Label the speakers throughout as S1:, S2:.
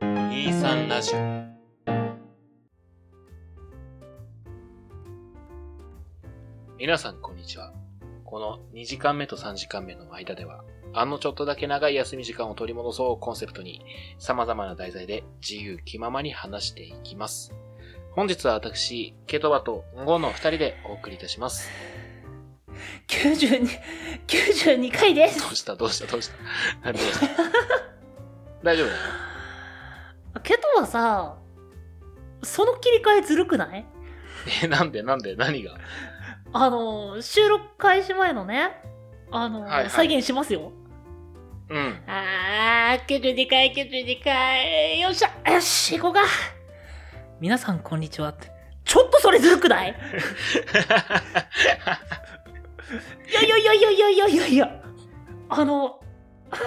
S1: 23ラジオ皆さんこんにちはこの2時間目と3時間目の間ではあのちょっとだけ長い休み時間を取り戻そうをコンセプトに様々な題材で自由気ままに話していきます本日は私ケトバとゴンの2人でお送りいたします
S2: 92, 92回で
S1: ど
S2: す
S1: うしたどうしたどうしたどうした大丈夫だよ
S2: ケトはさ、その切り替えずるくない
S1: えなんでなんで何が
S2: あの、収録開始前のね、あの、
S1: はいはい
S2: 再現しますよ。
S1: うん
S2: あー、92回、92回、よっしゃ、よし、行こうか。皆さん、こんにちはって。ちょっとそれずるくないいやいやいやいやいやいやいやいや。あの、あー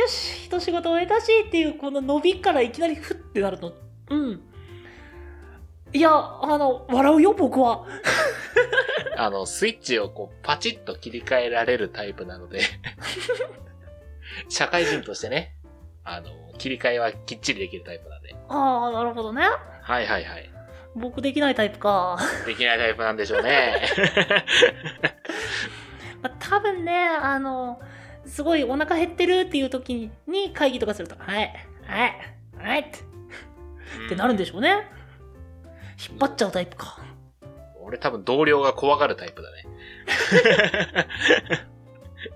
S2: よし、一仕事終えたしっていう、この伸びからいきなりふってなると、うん。いや、あの、笑うよ、僕は。
S1: あの、スイッチをこう、パチッと切り替えられるタイプなので、社会人としてね、あの、切り替えはきっちりできるタイプなんで。
S2: あー、なるほどね。
S1: はいはいはい。
S2: 僕できないタイプか。
S1: できないタイプなんでしょうね。
S2: まあ、多分ね、あの、すごいお腹減ってるっていう時にに会議とかすると、はい、はい、はいって ってなるんでしょうね。引っ張っちゃうタイプか。
S1: 俺多分同僚が怖がるタイプだ ね。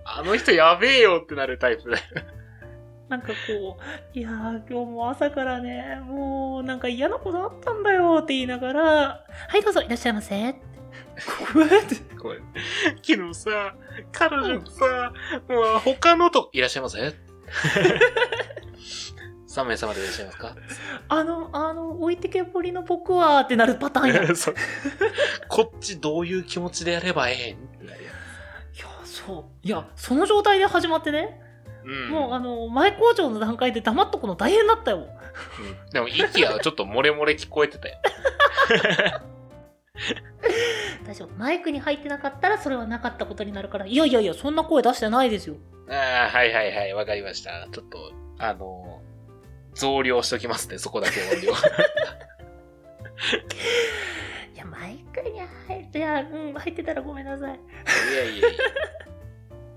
S1: あの人やべえよってなるタイプだよ。
S2: なんかこう、いやー今日も朝からね、もうなんか嫌なことあったんだよって言いながら、はいどうぞいらっしゃいませ。こうやって
S1: これ昨日さ、彼女とさ、もう他のと、いらっしゃいませ ?3 名様でいらっしゃいますか
S2: あの、あの、置いてけぼりの僕はってなるパターンや。い や、
S1: そうこっちどういう気持ちでやればええんってなるや
S2: そう。いや、その状態で始まってね、
S1: んうん
S2: もうあの、前工場の段階で黙っとくの大変だったよ。
S1: うんでも息はちょっと漏れ漏れ聞こえてたよ。
S2: 大丈夫マイクに入ってなかったらそれはなかったことになるからいやいやいやそんな声出してないですよ
S1: ああ、はいはいはい、わかりました。ちょっと、あの増量しときますね、そこだけ音 量。
S2: いやマイクに入っていやうん入ってたらごめんなさい、
S1: いやいやいや。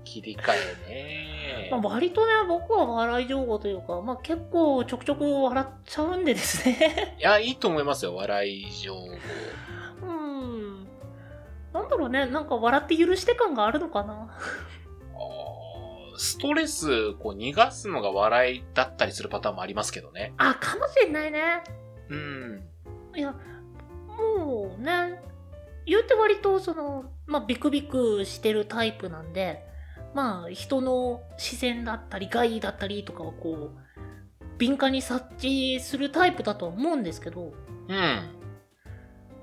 S1: 切り替えね
S2: まあ、割とね僕は笑い情報というか、まあ、結構ちょくちょく笑っちゃうんでですね
S1: いや、いいと思いますよ、笑い情報。
S2: うんなんだろうねなんか笑って許して感があるのかな
S1: あーストレスこう逃がすのが笑いだったりするパターンもありますけどね。
S2: あかもしれないね
S1: うん。
S2: いやもうね言うて割とその、まあ、ビクビクしてるタイプなんでまあ人の視線だったり害だったりとかをこう敏感に察知するタイプだとは思うんですけど
S1: うん。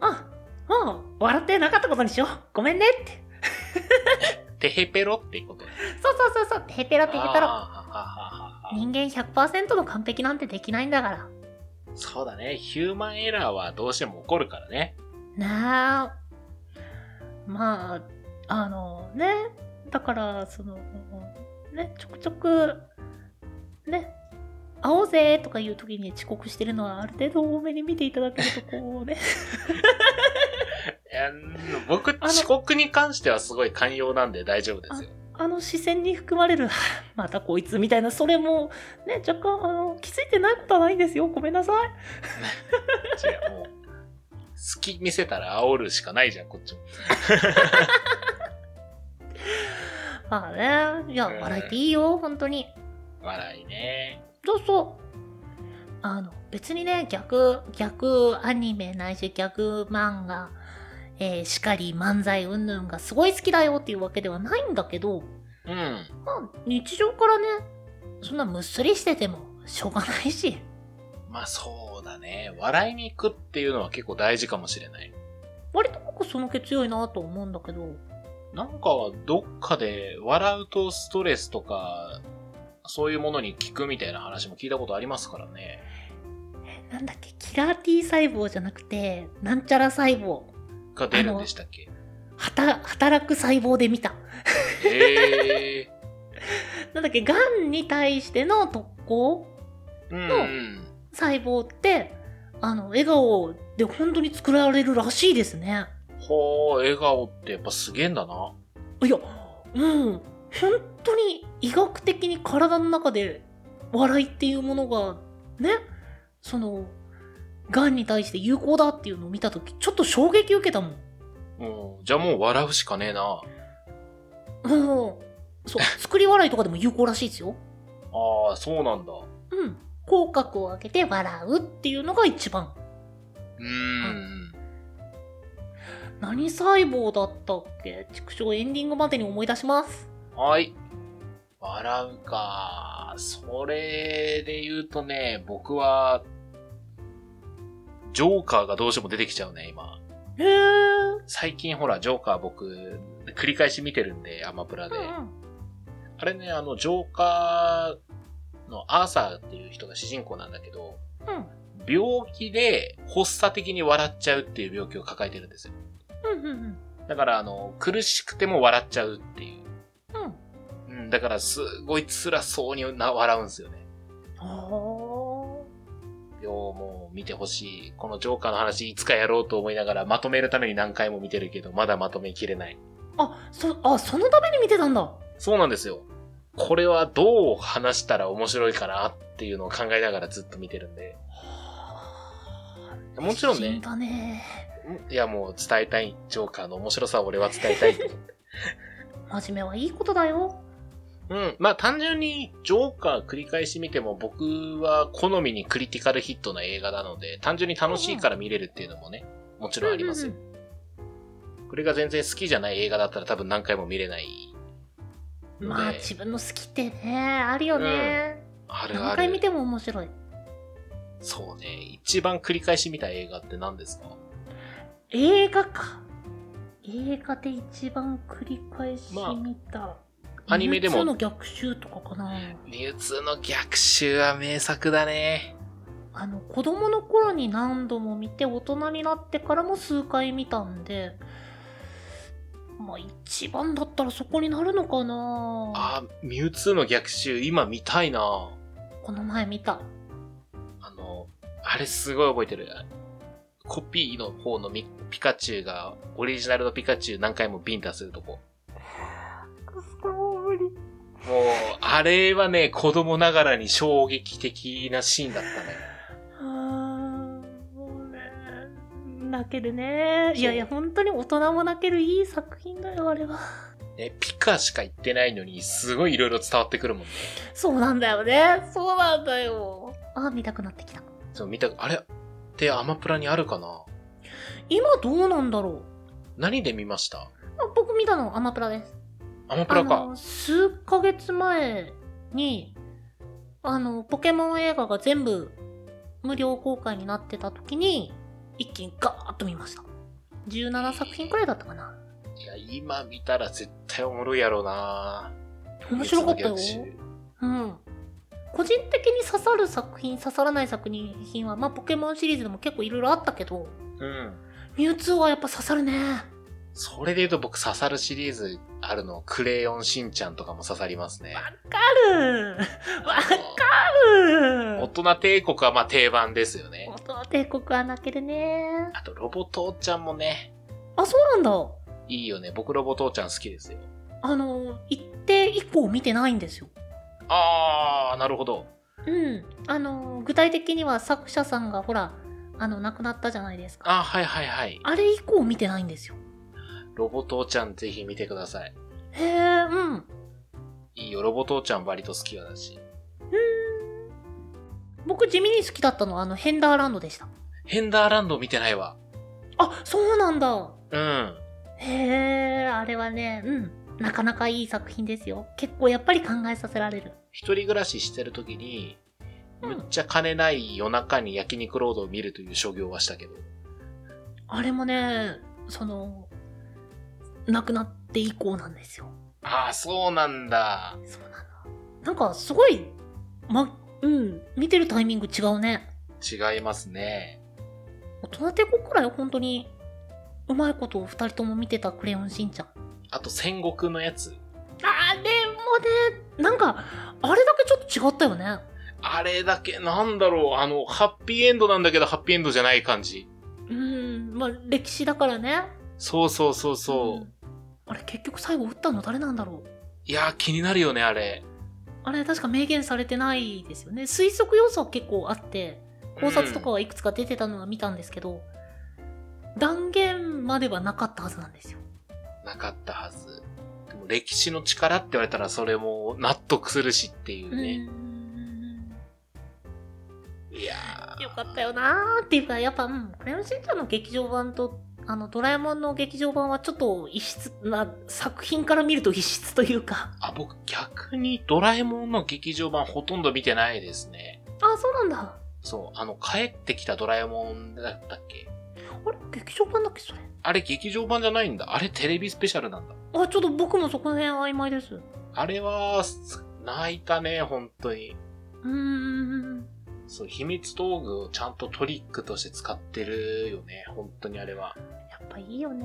S2: ああ笑ってなかったことにしようごめんねって
S1: てへぺろっていうこと
S2: そうそうそうそうヘペラって言ったら
S1: あー
S2: 人間100%の完璧なんてできないんだから
S1: そうだね。ヒューマンエラーはどうしても起こるからね。
S2: なあまああのねだからそのねちょくちょくね会おうぜとかいう時に遅刻してるのはある程度多めに見ていただけるとこうね
S1: えー僕、
S2: の
S1: 遅刻に関してはすごい寛容なんで大丈夫ですよ。
S2: あの視線に含まれる またこいつみたいなそれもね若干あの気づいてないことはないんですよごめんなさい
S1: 違う、もう。好き見せたら煽るしかないじゃん、こっちも。
S2: まあねいや
S1: うん
S2: 笑えていいよ本当に
S1: 笑いね。
S2: そうそう。あの、別にね、逆、逆アニメないし逆漫画、えーしかり漫才うんぬんがすごい好きだよっていうわけではないんだけど、
S1: うん。
S2: まあ、日常からね、そんなむっすりしててもしょうがないし。
S1: まあそうだね。笑いに行くっていうのは結構大事かもしれない。
S2: 割と僕その気強いなと思うんだけど、
S1: なんか、どっかで笑うとストレスとか、そういうものに効くみたいな話も聞いたことありますからね。
S2: なんだっけ、キラー T 細胞じゃなくて、なんちゃら細胞、
S1: が出るんでしたっけ
S2: はた、働く細胞で見た。
S1: へえ
S2: なんだっけ、癌に対しての特攻
S1: ー。うんうん。
S2: 細胞って、あの、笑顔で本当に作られるらしいですね。
S1: ほー、笑顔ってやっぱすげえんだな。
S2: いや、うん、本当に医学的に体の中で笑いっていうものが、ね、その、癌に対して有効だっていうのを見たとき、ちょっと衝撃受けたもん。
S1: うん、じゃあもう笑うしかねえな。
S2: うん。そう、作り笑いとかでも有効らしいですよ。
S1: ああ、そうなんだ。う
S2: うん。口角を上げて笑うっていうのが一番。
S1: ーん。
S2: 何細胞だったっけ畜生エンディングまでに思い出します。
S1: はい。笑うか。それで言うとね、僕は、ジョーカーがどうしても出てきちゃうね、今。
S2: へえ。うん
S1: 最近ほら、ジョーカー僕、繰り返し見てるんで、アマプラで。あれね、あの、ジョーカーのアーサーっていう人が主人公なんだけど、
S2: うん。うん。
S1: 病気で発作的に笑っちゃうっていう病気を抱えてるんですよ。
S2: うんうんうん。
S1: だから、あの、苦しくても笑っちゃうっていう。
S2: うん。
S1: うん、だから、すごい辛そうにな笑うんですよね。
S2: は
S1: よう、もう見てほしい。このジョーカーの話、いつかやろうと思いながら、まとめるために何回も見てるけど、まだまとめきれない。
S2: あ。あ、そ、あ、そのために見てたんだ。
S1: そうなんですよ。これはどう話したら面白いかなっていうのを考えながらずっと見てるんで。もちろん
S2: 美人
S1: ね、
S2: だね。
S1: いやもう伝えたい、ジョーカーの面白さを俺は伝えたいと思って。
S2: 真面目はいいことだよ。
S1: うん。まあ単純に、ジョーカー繰り返し見ても僕は好みにクリティカルヒットな映画なので、単純に楽しいから見れるっていうのもね、もちろんありますよ。
S2: うんうん
S1: これが全然好きじゃない映画だったら多分何回も見れない
S2: うん
S1: ので。
S2: まあ自分の好きってね、あるよね。
S1: あるあ
S2: 何
S1: る
S2: 回。見ても面白い。
S1: そうね。一番繰り返し見た映画って何ですか
S2: 映画か。映画で一番繰り返し
S1: まあ
S2: 見た。
S1: アニメでも
S2: 流通の逆襲とかかな。
S1: 流通の逆襲は名作だね。
S2: あの、子供の頃に何度も見て、大人になってからも数回見たんで、まあ一番だったらそこになるのかな
S1: あ、ミュウツーの逆襲、今見たいな。
S2: この前見た。
S1: あの、あれすごい覚えてる。コピーの方のミピカチュウが、オリジナルのピカチュウ何回もビンタするとこ。
S2: 無理。
S1: もう、あれはね、子供ながらに衝撃的なシーンだったね。
S2: あーもうね泣けるねいやいや本当に大人も泣けるいい作品だよあれは
S1: ね、ピカしか言ってないのに、すごい色々伝わってくるもんね。
S2: そうなんだよねそうなんだよあー見たくなってきた
S1: そう、見た、あれってアマプラにあるかな
S2: 今どうなんだろ
S1: 何で見ました
S2: うあ僕見たのアマプラです
S1: アマプ
S2: あ
S1: ラか。
S2: の数ヶ月前にあのポケモン映画が全部無料公開になってた時に一気にガーッと見ました17作品くらいだったかない
S1: や、今見たら絶対おもろいやろうな
S2: 面白かったよ
S1: ミュウツーの逆襲
S2: うん。個人的に刺さる作品、刺さらない作品は、まあ、ポケモンシリーズでも結構いろいろあったけど、
S1: うん。
S2: ミュウツーはやっぱ刺さるね。
S1: それで言うと僕刺さるシリーズあるの、クレヨンしんちゃんとかも刺さりますね。
S2: あるわ
S1: あ
S2: か
S1: の大
S2: る
S1: 人帝国はまあ定番ですよね。
S2: 元帝国は泣けるね。
S1: あと、ロボ父ちゃんもね、
S2: あ、そうなんだ。
S1: いいよね。僕ロボ父ちゃん好きですよ。
S2: あの、一定以降見てないんですよ。
S1: あー、なるほど。
S2: うん。あの、具体的には作者さんがほら、あの、亡くなったじゃないですか。
S1: あー、はいはいはい。
S2: あれ以降見てないんですよ。
S1: ロボ父ちゃんぜひ見てください。
S2: へえ、うん。
S1: いいよ、ロボ父ちゃん割と好きだし。
S2: 僕地味に好きだったのは、あの、ヘンダーランドでした。
S1: ヘンダーランド見てないわ。
S2: あ、そうなんだ。
S1: うん。
S2: へえ、あれはね、うん。なかなかいい作品ですよ。結構やっぱり考えさせられる。
S1: 一人暮らししてる時に、
S2: うん
S1: むっちゃ金ない夜中に焼肉ロードを見るという所業はしたけど。
S2: あれもね、その、亡くなって以降なんですよ。
S1: ああ、そうなんだ。
S2: そうなの。なんかすごい、ま、うん、見てるタイミング違うね。
S1: 違いますね。
S2: 大人帝国くらいは本当に、うまいことを二人とも見てたクレヨンしんちゃん。
S1: あと戦国のやつ。
S2: あれもね、なんか、あれだけちょっと違ったよね。
S1: あれだけ、なんだろう、あの、ハッピーエンドなんだけど、ハッピーエンドじゃない感じ。
S2: うん、まあ歴史だからね。
S1: そうそうそうそう。
S2: んあれ結局最後打ったの誰なんだろう
S1: いやー、気になるよね、あれ。
S2: あれ確か明言されてないですよね。推測要素は結構あって、考察とかはいくつか出てたのは見たんですけど、断言まではなかったはずなんですよ。
S1: なかったはず。でも歴史の力って言われたらそれも納得するしっていうね。
S2: うん
S1: いや
S2: よかったよなーっていうか、やっぱ、うん、クレヨンしんちゃんの劇場版と、あの、ドラえもんの劇場版はちょっと異質な、作品から見ると異質というか。
S1: ーあ、僕逆にドラえもんの劇場版ほとんど見てないですね。
S2: あ、そうなんだ。
S1: そう、あの、帰ってきたドラえもんだったっけ
S2: あれ劇場版だっけそれ。
S1: あれ劇場版じゃないんだ。あれテレビスペシャルなんだ。
S2: あ、ちょっと僕もそこら辺曖昧です。う
S1: あれは、泣いたね、本当に。
S2: ーん。
S1: そう、秘密道具をちゃんとトリックとして使ってるよね、本当にあれは。
S2: やっぱいいよね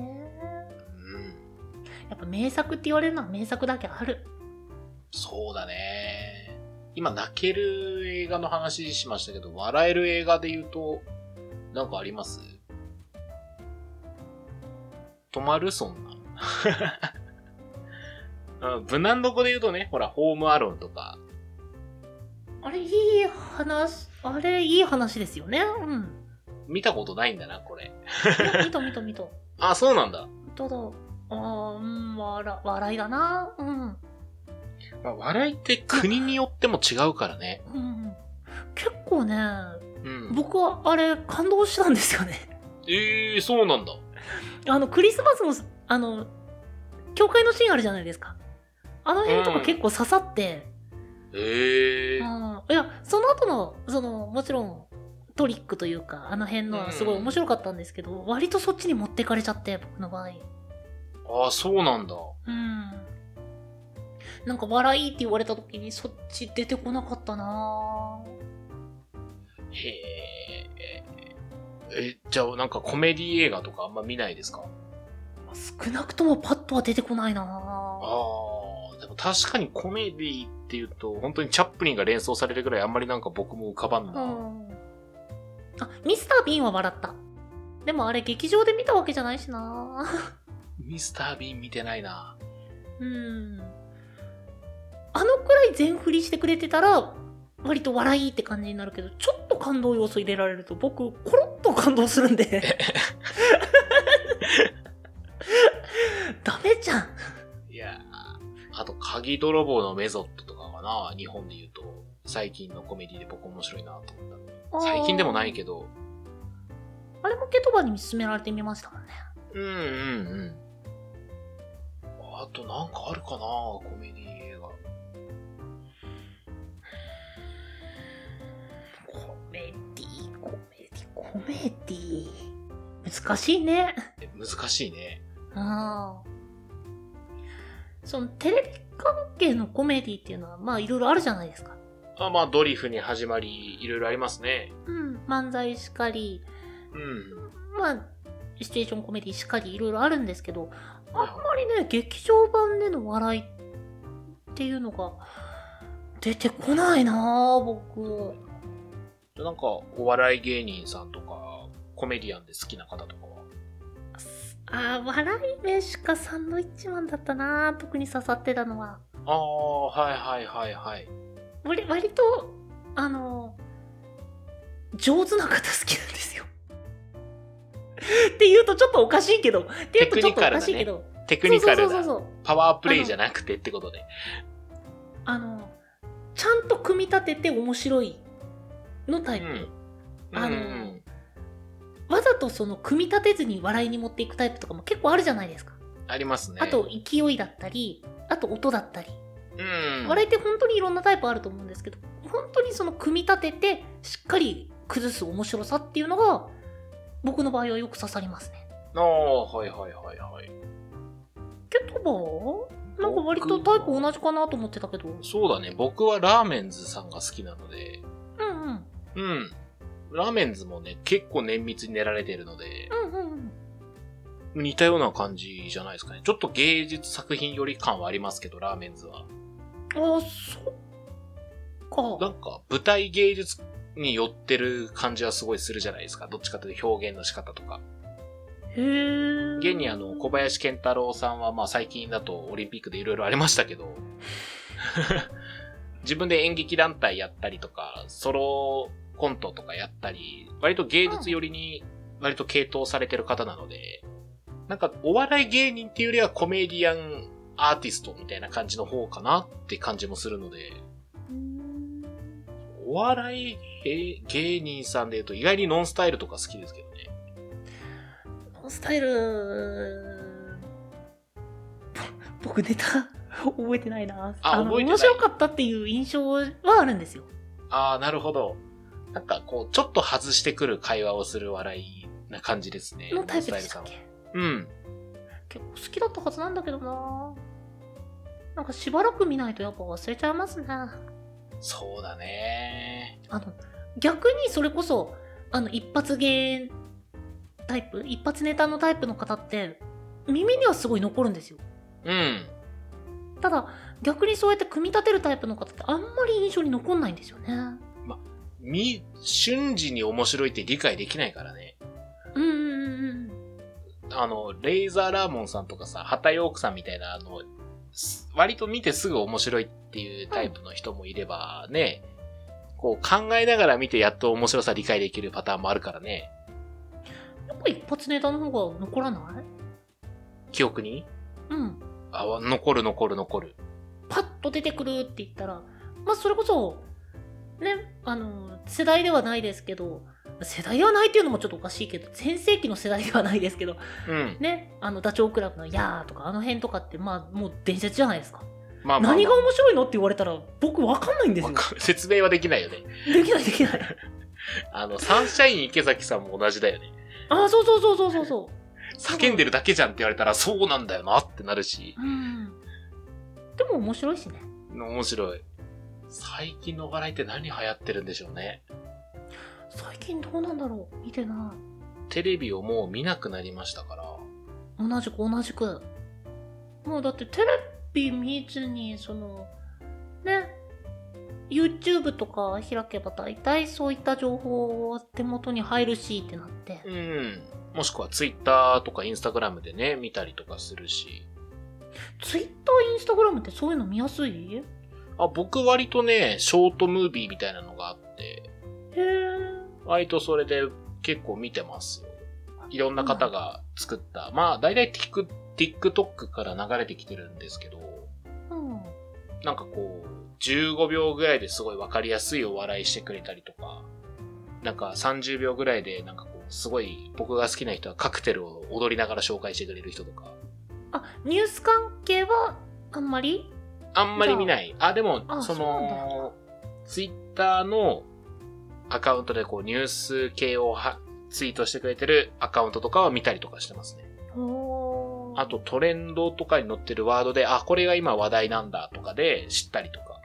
S1: うん。
S2: やっぱ名作って言われるのは名作だけある。
S1: そうだね。今泣ける映画の話しましたけど、笑える映画で言うと、なんかあります止まるそん な。うん無難どこで言うとね、ほら、ホームアローンとか、
S2: あれいい話、あれいい話ですよね。うん。
S1: 見たことないんだな、これ。
S2: いや見た見た見た。
S1: あ、そうなんだ。
S2: ただ、あーうん、笑笑いだなうん。
S1: まあ、笑いって国によっても違うからね。
S2: うん、結構ね
S1: うん。
S2: 僕はあれ感動したんですよね
S1: ええー、そうなんだ。
S2: あのクリスマスのあの教会のシーンあるじゃないですかあの辺とか結構刺さって、
S1: ええー。
S2: あーいやその後のそのもちろんトリックというかあの辺のはすごい面白かったんですけど、割とそっちに持ってかれちゃって僕の場合
S1: ああ、そうなんだ。
S2: うんなんか笑いって言われた時にそっち出てこなかったなぁ
S1: へえ。え、じゃあなんかコメディ映画とかあんま見ないですか
S2: 少なくともパッとは出てこないなぁ
S1: ああ、でも確かにコメディっていうと、本当にチャップリンが連想されるぐらいあんまりなんか僕も浮かばんな。
S2: あ、ミスター・ビーンは笑った。でもあれ劇場で見たわけじゃないしな
S1: ミスター・ビーン見てないな。
S2: うん。あのくらい全振りしてくれてたら、割と笑いって感じになるけど、ちょっと感動要素入れられると僕、コロッと感動するんで。ダメじゃん。
S1: いやーあと、鍵泥棒のメゾットとかかな、日本で言うと。最近のコメディで僕面白いなと思った。最近でもないけ
S2: ど。
S1: ど。
S2: あれもケトバに勧められてみましたもんね。
S1: うんうんうん。あとなんかあるかなコメディ映画。
S2: コメディ、コメディ、コメディ。難しいね。
S1: え難しいね。
S2: ああ。そのテレビ関係のコメディっていうのは、まあいろいろあるじゃないですか。
S1: あまあ、ドリフに始まり、いろいろありますね。
S2: うん。漫才しかり、
S1: うん。
S2: まあ、シチュエーションコメディしかりいろいろあるんですけど、あんまりね、劇場版での笑いっていうのが出てこないなぁ、僕。
S1: なんか、お笑い芸人さんとか、コメディアンで好きな方とかは。
S2: あー笑い飯かサンドイッチマンだったなぁ、特に刺さってたのは。
S1: ああ、はいはいはいはい。
S2: 割割とあの上手な方好きなんですよ。っていうとちょっとおかしいけどっていうとちょっとおかしいけど、
S1: テク
S2: そう
S1: ニ
S2: そ
S1: カ
S2: うそう
S1: ル
S2: そう
S1: な。
S2: そう
S1: パワープレイじゃなくてってことで。
S2: あのちゃんと組み立てて面白いのタイプ、
S1: うん
S2: あの
S1: うん
S2: わざとその組み立てずに笑いに持っていくタイプとかも結構あるじゃないですか、
S1: ありますね。
S2: あ、と勢いだったりあと音だったり、
S1: うん。
S2: 笑いって本当にいろんなタイプあると思うんですけど本当にその組み立ててしっかり崩す面白さっていうのが僕の場合はよく刺さりますね
S1: ああ、はいはいはいはい。
S2: ケトバなんか割とタイプ同じかなと思ってたけど。う
S1: そうだね。僕はラーメンズさんが好きなので、
S2: んうん。
S1: うん。ラーメンズもね、結構綿密に練られてるので、
S2: うんうんうん。
S1: 似たような感じじゃないですかね。ちょっと芸術作品より感はありますけど、ラーメンズは。
S2: あ、そっ
S1: な
S2: か。
S1: んか舞台芸術に寄ってる感じはすごいするじゃないですか。どっちかというと表現の仕方とか。
S2: へえ。
S1: 現にあの、小林健太郎さんはまあ最近だとオリンピックでいろいろありましたけど、 自分で演劇団体やったりとか、ソロコントとかやったり、割と芸術寄りに割と系統されてる方なので、なんかお笑い芸人っていうよりはコメディアンアーティストみたいな感じの方かなって感じもするので、
S2: うん
S1: お笑い芸芸人さんで言うと意外にノンスタイルとか好きですけどね。
S2: スタイル、ぼ僕ネタ 覚えてないな。
S1: あ
S2: の
S1: 覚えてない
S2: 面白かったっていう印象はあるんですよ。
S1: ああ、なるほど。なんかこう、ちょっと外してくる会話をする笑いな感じですね。
S2: のタイプでした
S1: ノンスタイルさ
S2: っ
S1: んは
S2: け
S1: うん。
S2: 結構好きだったはずなんだけどななんかしばらく見ないとやっぱ忘れちゃいますね。あ
S1: そうだね。
S2: の、逆にそれこそ、あの、一発芸タイプ一発ネタのタイプの方って、耳にはすごい残るんですよ。
S1: うん。
S2: ただ、逆にそうやって組み立てるタイプの方ってあんまり印象に残んないんですよね。
S1: み、瞬時に面白いって理解できないからね。
S2: うんうんうんうん。
S1: あの、レイザーラーモンさんとかさ、ハタヨークさんみたいな、あの、す割と見てすぐ面白いっていうタイプの人もいればね、こう考えながら見てやっと面白さ理解できるパターンもあるからね。
S2: やっぱ一発ネタの方が残らない
S1: 記憶に
S2: うん。
S1: あ、残る残る残る。
S2: パッと出てくるって言ったら、まあそれこそ、ね、あの、世代ではないですけど、世代ではないっていうのもちょっとおかしいけど、全盛期の世代ではないですけど、
S1: うん。
S2: ね、あの、ダチョウ倶楽部のやーとか、あの辺とかって、まあもう伝説じゃないですか。
S1: まあまあ、まあ、
S2: 何が面白いのって言われたら、僕わかんないんです
S1: わ
S2: よ。
S1: か説明はできないよね。
S2: できないで きない。
S1: あの、サンシャイン池崎さんも同じだよね。
S2: ああ、そうそうそうそうそうそ
S1: 叫んでるだけじゃんって言われたら、そうなんだよなってなるし
S2: う。、うん。でも面白いしね。
S1: 面白い。最近のお笑いって何流行ってるんでしょうね。
S2: 最近どうなんだろう見てない。
S1: テレビをもう見なくなりましたから。
S2: 同じく同じくもうだってテレビ見ずにそのね YouTube とか開けば大体そういった情報を手元に入るしってなって
S1: うん。もしくはツイッターとかインスタグラムでね、見たりとかするし。
S2: Twitter、Instagram ってそういうの見やすいへ
S1: あ、僕割とね、ショートムービーみたいなのがあって、
S2: え
S1: 割とそれで結構見てますよ。いろんな方が作った。まあ、だいたい Tik- TikTok から流れてきてるんですけど、
S2: うん
S1: なんかこう、15秒ぐらいですごいわかりやすいお笑いしてくれたりとか、なんか30秒ぐらいでなんかこう、すごい僕が好きな人はカクテルを踊りながら紹介してくれる人とか、
S2: あニュース関係はあんまり
S1: あんまり見ない。あ、でも、
S2: あ
S1: そ
S2: そうなんだ
S1: の、ツイッターのアカウントでこう、ニュース系をはツイートしてくれてるアカウントとかは見たりとかしてますね。
S2: おー
S1: あとトレンドとかに載ってるワードで、あ、これが今話題なんだとかで知ったりとか。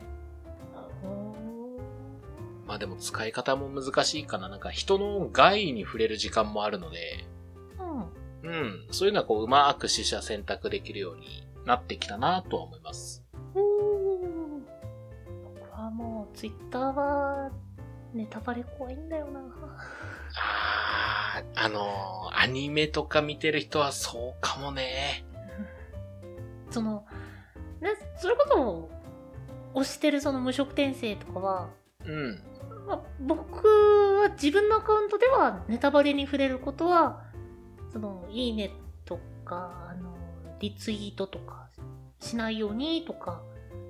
S2: お
S1: まあでも使い方も難しいかな。なんか人の害に触れる時間もあるので、
S2: ーうん
S1: うん、そういうのはこううまく死者選択できるようになってきたなとは思います。
S2: おー僕はもう Twitter はネタバレ怖いんだよな
S1: あー、あのーアニメとか見てる人はそうかもね。
S2: そのねそれこそ推してるその無職転生とかは、
S1: うん、
S2: まあ僕は自分のアカウントではネタバレに触れることはそのいいねとかあのリツイートとかしないようにとか、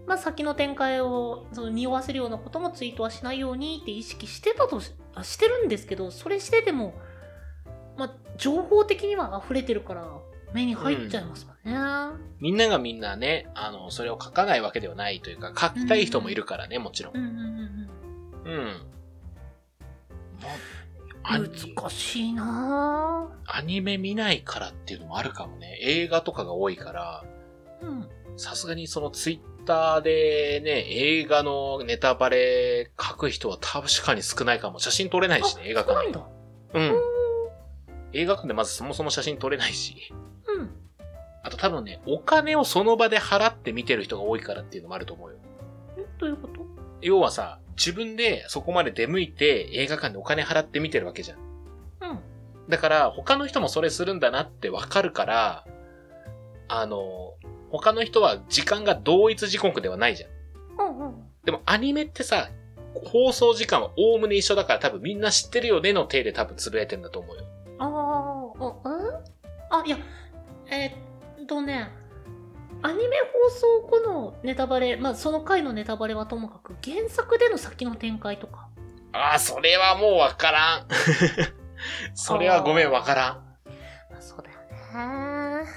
S2: まあ、先の展開をその匂わせるようなこともツイートはしないようにって意識してたとしあしてるんですけどそれしてても、まあ、情報的には溢れてるから目に入っちゃいますもんね。
S1: みんながみんなね、あの、それを書かないわけではないというか、書きたい人もいるからね、もちろん。
S2: うんうんうんうん
S1: うん。まあアニ
S2: 難しいな
S1: アニメ見ないからっていうのもあるかもね。映画とかが多いから、
S2: ぁ。うん。
S1: さすがにそのツイッターでね、映画のネタバレ書く人は確かに少ないかも。写真撮れないしね、映画
S2: そうな
S1: 館
S2: ん
S1: で。
S2: だ。
S1: うん。映画館でまずそもそも写真撮れないし。
S2: うん。
S1: あと多分ね、お金をその場で払って見てる人が多いからっていうのもあると思うよ。
S2: えどういうこと
S1: 要はさ、自分でそこまで出向いて映画館でお金払って見てるわけじゃん。
S2: うん。
S1: だから、他の人もそれするんだなってわかるから、あの、他の人は時間が同一時刻ではないじゃん。
S2: うんうん。
S1: でもアニメってさ、放送時間はおおむね一緒だから多分みんな知ってるよねの体で多分つぶやいてんだと思うよ。
S2: ああ、あ、うんあ、いや、えーっとね、アニメ放送後のネタバレ、まあその回のネタバレはともかく、原作での先の展開とか。
S1: ああ、それはもうわからん。それはごめんわからん。
S2: まあそうだよね。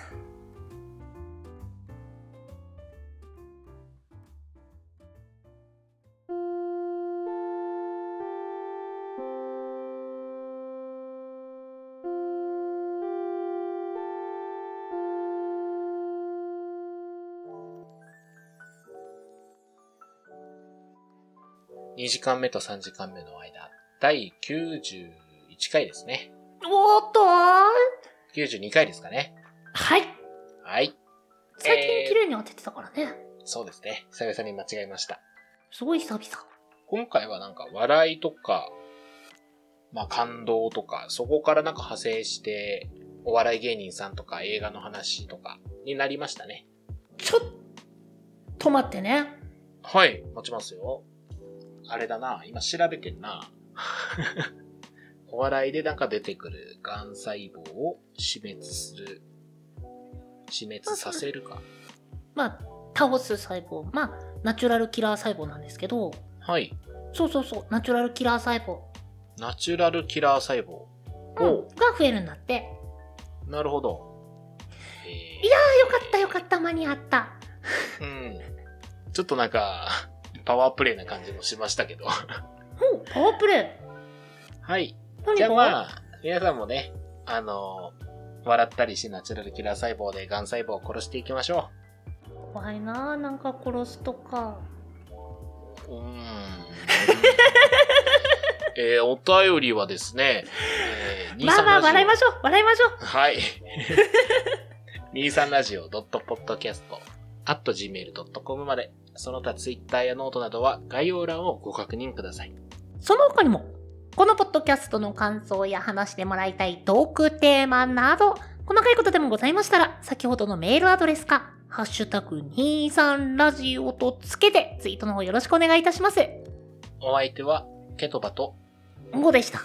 S1: 2時間目と3時間目の間、第91回ですね。
S2: おーっとー
S1: 92回ですかね。
S2: はい。
S1: はい。
S2: 最
S1: えー
S2: 近綺麗に当ててたからね。
S1: そうですね。久々に間違えました。
S2: すごい久々。
S1: 今回はなんか笑いとか、まあ感動とか、そこからなんか派生して、お笑い芸人さんとか映画の話とかになりましたね。
S2: ちょっと待ってね。
S1: はい。持ちますよ。あれだな。今調べてんな。 お笑いでなんか出てくる癌細胞を死滅する。死滅させるか。
S2: まあ、倒す細胞。まあ、ナチュラルキラー細胞なんですけど、
S1: はい。
S2: そうそうそう、ナチュラルキラー細胞、
S1: ナチュラルキラー細胞。
S2: うん
S1: お
S2: が増えるんだって。
S1: なるほど。えー
S2: いやあ、よかったよかった、間に合った。
S1: うん。ちょっとなんか、パワープレイな感じもしましたけど。
S2: ほう、パワープレ
S1: はい。
S2: イ。何
S1: じゃあ
S2: が、
S1: まあ、皆さんもね、あの笑ったりしナチュラルキラー細胞で癌細胞を殺していきましょ
S2: 怖いなあ、なんか殺すとか。
S1: う。うーん。 えー、お便りはですね、えー、
S2: まあまあ、笑いま
S1: し
S2: しょう、笑いましょう。
S1: ょう。はい。23ラジオ .podcast at gmail.com まで、その他ツイッターやノートなどは概要欄をご確認ください。
S2: その他にも、このポッドキャストの感想や話してもらいたいトークテーマなど、細かいことでもございましたら、先ほどのメールアドレスか、ハッシュタグ23ラジオとつけて、ツイートの方よろしくお願いいたします。
S1: お相手は、ケトバと、
S2: 5でした。